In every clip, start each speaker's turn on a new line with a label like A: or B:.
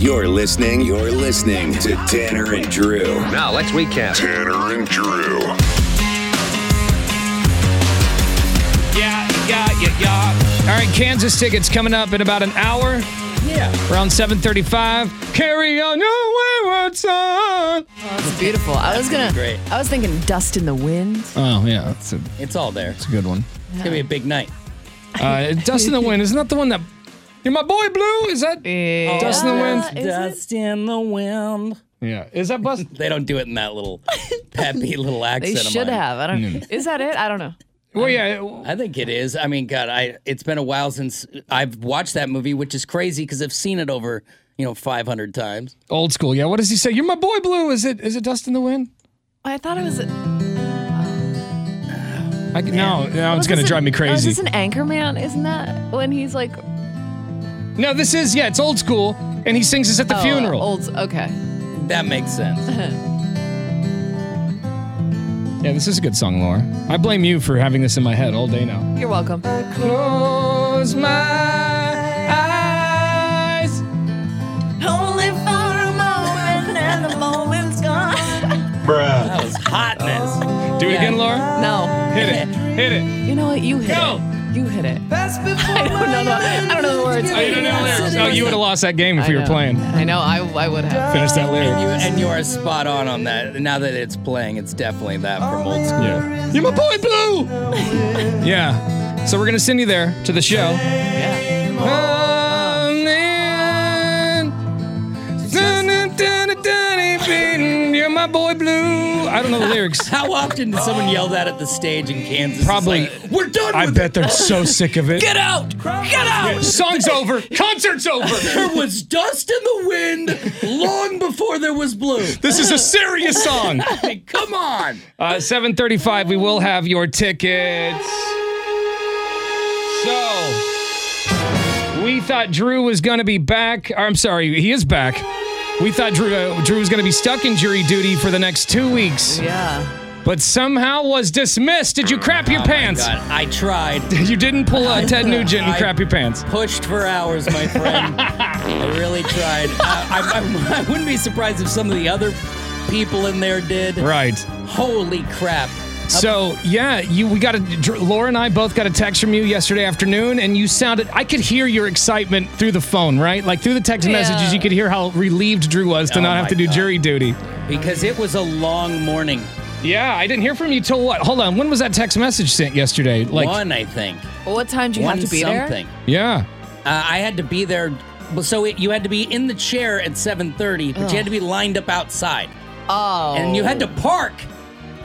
A: You're listening, you're listening to Tanner and Drew.
B: Now let's recap.
A: Tanner and Drew.
C: Yeah, yeah, yeah, yeah. All right, Kansas tickets coming up in about an hour. Yeah. Around 7:35. Carry on your wayward son.
D: It's beautiful. I was gonna.
E: Great.
D: I was thinking dust in the wind.
C: Oh yeah, that's a,
E: It's all there.
C: that's a good one.
E: It's gonna be a big night.
C: Uh, Dust in the Wind isn't that the one that you're my boy Blue? Is that Dust in the Wind?
E: Dust in the wind.
C: Yeah. Is that Bust?
E: They don't do it in that little peppy little
D: They
E: accent. of
D: should
E: mine.
D: have. I don't.
C: Mm.
D: Is that it? I don't know.
C: Well, yeah.
E: I think it is. I mean, God, I it's been a while since I've watched that movie, which is crazy because I've seen it over you know 500 times.
C: Old school. Yeah. What does he say? You're my boy Blue. Is it? Is it Dust in the Wind?
D: I thought it was.
C: I, can- no, no, it's
D: was
C: gonna
D: this
C: drive
D: an-
C: me crazy.
F: Is this an Anchorman? Isn't that when he's like
C: no, this is yeah. It's old school, and he sings this at the
D: oh,
C: funeral.
D: Old. Okay.
E: That makes sense.
C: Yeah, this is a good song, Laura. I blame you for having this in my head all day now.
D: You're welcome.
C: Close my eyes.
E: That was hotness.
C: Do it again, Laura.
D: No.
C: Hit it. Hit it.
D: You know what? You hit
C: Go.
D: it. You hit it. That's before I don't know. The, I don't know the words.
C: Oh, you don't know the lyrics. Oh, you would have lost that game if
D: I
C: we were
D: know.
C: playing.
D: I know. I, I would have.
C: Finish that lyric.
E: You, and you are spot on on that. Now that it's playing, it's definitely that from old school.
C: Yeah. You're my boy, Blue. yeah. So we're gonna send you there to the show.
D: Yeah.
C: Come in. Dun-dun-dun-dun-dun-dun-dun. You're my boy, Blue. I don't know the lyrics.
E: How often did someone yell that at the stage in Kansas? It's
C: Probably-
E: like, We're done.
C: I
E: with
C: bet they're so sick of it.
E: Get out! Get out!
C: Song's over. Concert's over.
E: There was dust in the wind long before there was blue.
C: This is a serious song.
E: Like, come on!
C: Uh, 7:35. We will have your tickets. So we thought Drew was going to be back. Or, I'm sorry, he is back. We thought Drew uh, Drew was going to be stuck in jury duty for the next two weeks,
D: Yeah.
C: but somehow was dismissed. Did you crap your pants?
E: Oh God, I tried.
C: You didn't pull uh, Ted Nugent and
E: I-
C: crap your pants.
E: Pushed for hours, my friend. I really tried. Uh, I, I, I wouldn't be surprised if some of the other people in there did.
C: Right.
E: Holy crap!
C: So yeah, you we got a Dr- Laura and I both got a text from you yesterday afternoon, and you sounded I could hear your excitement through the phone, right? Like through the text messages, you could hear how relieved Drew was to
E: Oh
C: not have
E: my
C: to do
E: God.
C: jury duty.
E: Because it was a long morning.
C: Yeah, I didn't hear from you till what? Hold on, when was that text message sent yesterday? Like,
E: one, I think.
D: Well, what time do you
E: one
D: have to be
E: something.
C: yeah,
E: Uh, I had to be there. well, So it, you had to be in the chair at 7:30, but you had to be lined up outside,
D: there? Oh.
E: and you had to park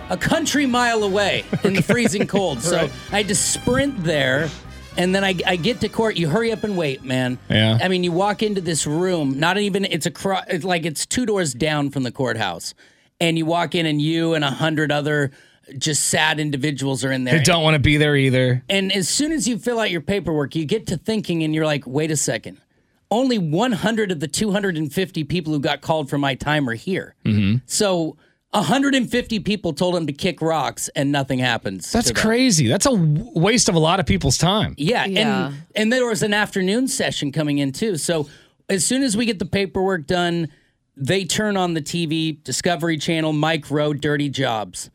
E: a country mile away in the freezing cold. So
C: Right.
E: I had to sprint there, and then I, I get to court. You hurry up and wait, man.
C: Yeah.
E: I mean, you walk into this room. Not even it's a cro- it's like it's two doors down from the courthouse, and you walk in, and you and a hundred other just sad individuals are in there
C: they don't want to be there either.
E: and as soon as you fill out your paperwork, you get to thinking and you're like, wait a second. Only 100 of the 250 people who got called for my time are here. Mm-hmm. So 150 people told him to kick rocks and nothing happens.
C: That's
E: to them.
C: crazy. That's a w- waste of a lot of people's time.
E: Yeah,
D: Yeah.
E: and and there was an afternoon session coming in too. So as soon as we get the paperwork done, they turn on the TV, Discovery Channel, Mike Rowe, Dirty Jobs.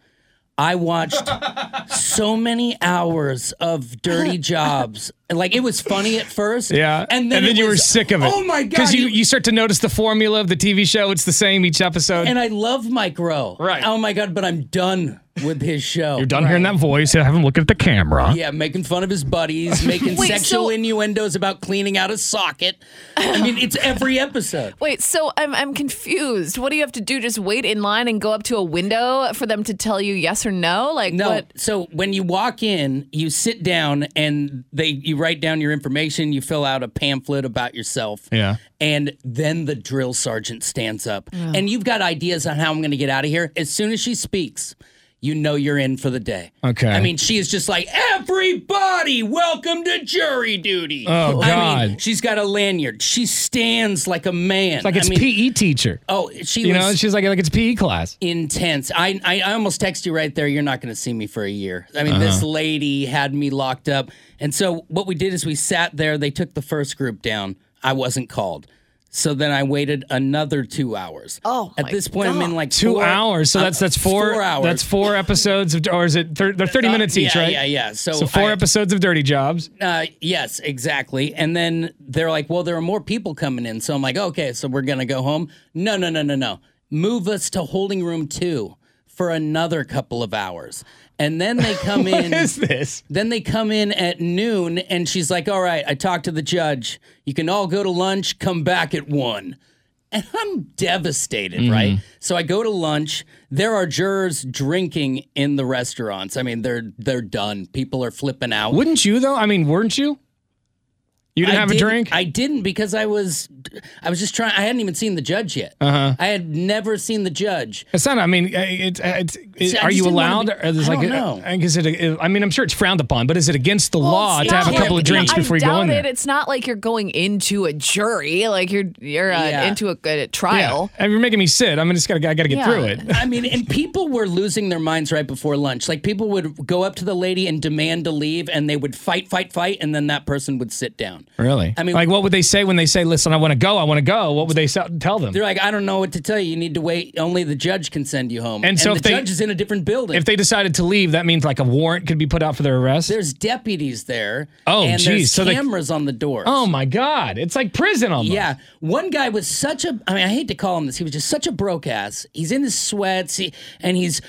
E: I watched so many hours of Dirty Jobs. And, Like it was funny at first.
C: Yeah,
E: and then, it
C: you were
E: was-
C: sick of it.
E: Oh my god!
C: Because you,
E: you-
C: you start to notice the formula of the TV show. It's the same each episode.
E: and I love Mike Rowe.
C: Right.
E: Oh my god! But I'm done with his show.
C: You're done hearing that voice. Have him look at the camera.
E: Yeah, making fun of his buddies, making
F: Uh-huh. Wait,
E: sexual
F: so-
E: innuendos about cleaning out a socket. I mean, it's every episode.
F: Wait, so I'm I'm confused. What do you have to do? Just wait in line and go up to a window for them to tell you yes or no? Like
E: No,
F: what
E: so when you walk in, you sit down and they you write down your information, you fill out a pamphlet about yourself.
C: Yeah.
E: And then the drill sergeant stands up. And you've got ideas on how I'm going to get out of here. As soon as she speaks, you know you're in for the day.
C: Okay.
E: I mean, she is just like, everybody, welcome to jury duty.
C: Oh,
E: I mean,
C: God.
E: she's got a lanyard. She stands like a man.
C: Like it's
E: I mean,
C: PE teacher.
E: Oh, she
C: you
E: was
C: know, she's like, like it's PE class.
E: intense. I, I I almost text you right there. You're not going to see me for a year. I mean,
C: Uh-huh.
E: this lady had me locked up, and so what we did is we sat there. They took the first group down. I wasn't called, so then I waited another two hours.
F: Oh,
E: at
F: my
E: this point, I'm in like
C: Two
E: four-
C: hours. So
E: uh,
C: that's that's four,
E: four hours.
C: That's four episodes of, or is it? Thir- they're thirty
E: Uh,
C: minutes each,
E: yeah,
C: right?
E: yeah, yeah. So
C: So four
E: I-
C: episodes of Dirty Jobs.
E: Uh, yes, exactly. And then they're like, well, there are more people coming in. So I'm like, okay, so we're going to go home. No, no, no, no, no. Move us to holding room two for another couple of hours. And then they come in.
C: What is this?
E: Then they come in at noon and she's like, all right, I talked to the judge. You can all go to lunch, come back at one. And I'm devastated,
C: Mm-hmm.
E: right? So I go to lunch. There are jurors drinking in the restaurants. I mean, they're they're done. People are flipping out.
C: Wouldn't you though? I mean, weren't you? You didn't
E: I
C: have a drink.
E: I didn't because I was, I was just trying. I hadn't even seen the judge yet. Uh-huh. I had never seen the judge.
C: It's not. I mean, uh, it's. uh, it's
E: See, I
C: are
E: just
C: you
E: didn't wanna
C: allowed?
E: be-
C: or is
E: I
C: like,
E: don't
C: uh,
E: know.
C: I guess it. I mean, I'm sure it's frowned upon, but is it against the law
F: it's
C: to have a
F: not-
C: couple of drinks
F: I
C: before you go
F: doubt
C: in
F: it.
C: there?
F: It's not like you're going into a jury. Like you're you're uh,
E: Yeah.
F: into a, a trial.
C: Yeah. And you're making me sit. I'm just gotta. I gotta get
F: Yeah.
C: through it.
E: I mean, and people were losing their minds right before lunch. Like people would go up to the lady and demand to leave, and they would fight, fight, fight, and then that person would sit down.
C: Really?
E: I mean-
C: like, what would they say when they say, "Listen, I want to go. I want to go"? What would they sa- tell them?
E: They're like, I don't know what to tell you. You need to wait. Only the judge can send you home.
C: And so
E: the
C: if they-
E: judge is in a different building.
C: If they decided to leave, that means like a warrant could be put out for their arrest.
E: there's deputies there.
C: Oh,
E: and
C: geez.
E: There's
C: So they-
E: cameras on the door.
C: oh my God! It's like prison almost.
E: Yeah, one guy was such a. I mean, I hate to call him this. He was just such a broke ass. He's in his sweats, he, and he's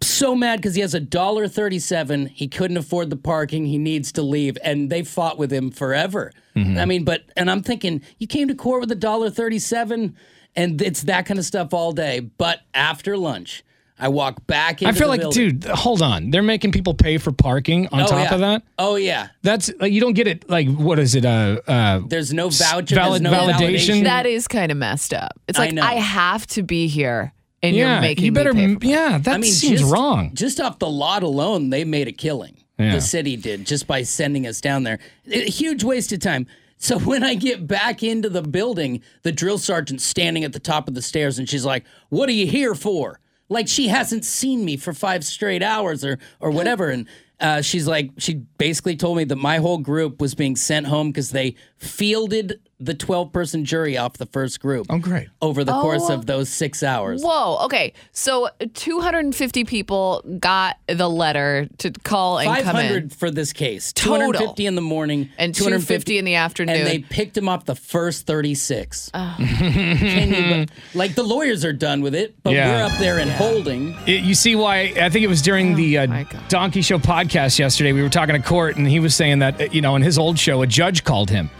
E: so mad because he has a dollar thirty-seven. He couldn't afford the parking. He needs to leave, and they fought with him forever.
C: Mm-hmm.
E: I mean, but and I'm thinking, you came to court with a dollar thirty-seven, and it's that kind of stuff all day. But after lunch, I walk back. Into
C: I feel
E: the
C: like,
E: building.
C: dude, hold on. They're making people pay for parking on
E: Oh,
C: top
E: yeah.
C: of that.
E: Oh yeah,
C: That's like, you don't get it. Like, what is it? Uh, uh,
E: there's no voucher.
C: valid-
E: there's no
C: validation?
E: validation.
F: That is kind of messed up. It's
E: I
F: like
E: know.
F: I, have to be here, and you're
C: yeah,
F: making
C: you better.
F: Me pay
C: m- yeah, that seems
E: just,
C: wrong.
E: Just off the lot alone, they made a killing.
C: Yeah.
E: The city did just by sending us down there. A huge waste of time. So when I get back into the building, the drill sergeant's standing at the top of the stairs and she's like, What are you here for? Like she hasn't seen me for five straight hours or or whatever. And uh, she's like, she basically told me that my whole group was being sent home because they fielded the 12 person jury off the first group.
C: Oh, great.
E: Over the course of those six hours.
F: Whoa. Okay. So 250 people got the letter to call and come in.
E: 500 for this case.
F: Total.
E: 250 in the morning
F: And 250 in the afternoon.
E: And they picked him off the first 36. Can you- like the lawyers are done with it, but
C: Yeah.
E: we're up there in holding.
C: It- you see why? I think it was during the uh,
F: Oh God.
C: Donkey Show podcast yesterday. We were talking to Court, and he was saying that uh, you know, in his old show, a judge called him.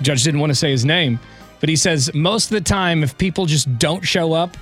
C: Judge didn't want to say his name, but he says most of the time, if people just don't show up,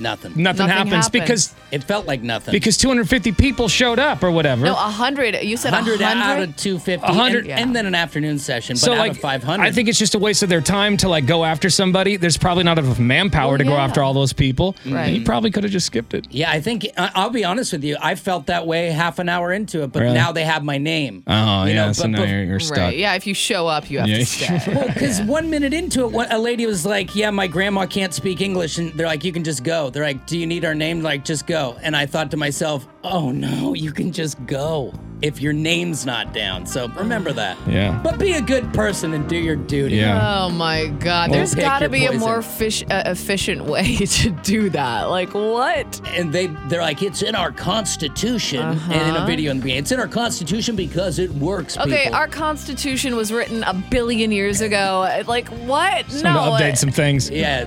E: Nothing.
C: nothing,
F: Nothing
C: happens
F: happens.
C: because
E: It felt like nothing.
C: because 250 people showed up or whatever.
F: No, 100. You said
E: 100
F: 100.
E: out of 250.
C: 100.
E: And, and then an afternoon session, but
C: so
E: out
C: like
E: of 500.
C: I think it's just a waste of their time to like go after somebody. There's probably not enough manpower to go
F: yeah.
C: after all those people.
F: Right.
C: You probably could have just skipped it.
E: yeah, I think I- I'll be honest with you. I felt that way half an hour into it, but
C: Really?
E: now they have my name.
C: Oh
E: You
C: yeah,
E: know,
C: so
E: but
C: now
E: bef-
C: you're, you're
F: Right.
C: stuck.
F: Yeah. If you show up, you have
C: Yeah.
F: to stay.
E: Well, because one minute into it, one, a lady was like, "Yeah, my grandma can't speak English," and they're like, "You can just go." They're like, "Do you need our name?" Like, just go. And I thought to myself, "Oh no, you can just go if your name's not down." So remember that.
C: Yeah.
E: But be a good person and do your duty.
C: Yeah.
F: Oh my God! There's
E: pick
F: got to
E: your
F: be a
E: poison.
F: more fish, uh, efficient way to do that. Like what?
E: And they they're like, "It's in our constitution." And in a video in the beginning, it's in our constitution because it works.
F: Uh-huh. Okay,
E: people."
F: our Constitution was written a billion years ago. Like what?
C: Time
F: no.
C: to update some things.
E: yeah,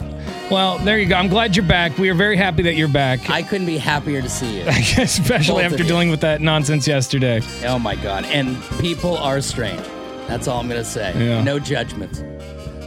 C: Well, there you go. I'm glad you're back. We are very happy that you're back,
E: I couldn't be happier to see you.
C: especially
E: Both of
C: after
E: you.
C: dealing with that nonsense yesterday.
E: oh my god! And people are strange. That's all I'm gonna say.
C: Yeah.
E: No judgments.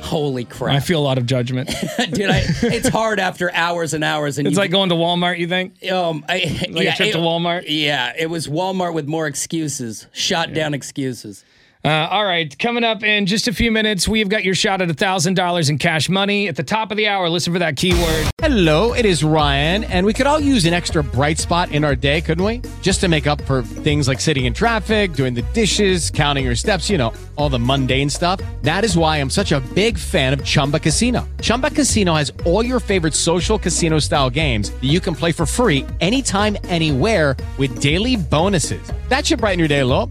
E: Holy crap!
C: I feel a lot of judgment.
E: Dude, I, it's hard after hours and hours, and
C: it's
E: you,
C: like going to Walmart. You think?
E: um, I,
C: like a
E: yeah,
C: trip
E: it-
C: to Walmart?
E: Yeah, it was Walmart with more excuses, shot down excuses.
C: Uh, all right, coming up in just a few minutes, we've got your shot at $1,000 in cash money. At the top of the hour, listen for that keyword.
G: Hello, it is Ryan, and we could all use an extra bright spot in our day, couldn't we? Just to make up for things like sitting in traffic, doing the dishes, counting your steps, you know, all the mundane stuff. That is why I'm such a big fan of Chumba Casino. Chumba Casino has all your favorite social casino style games that you can play for free anytime, anywhere with daily bonuses. That should brighten your day a little.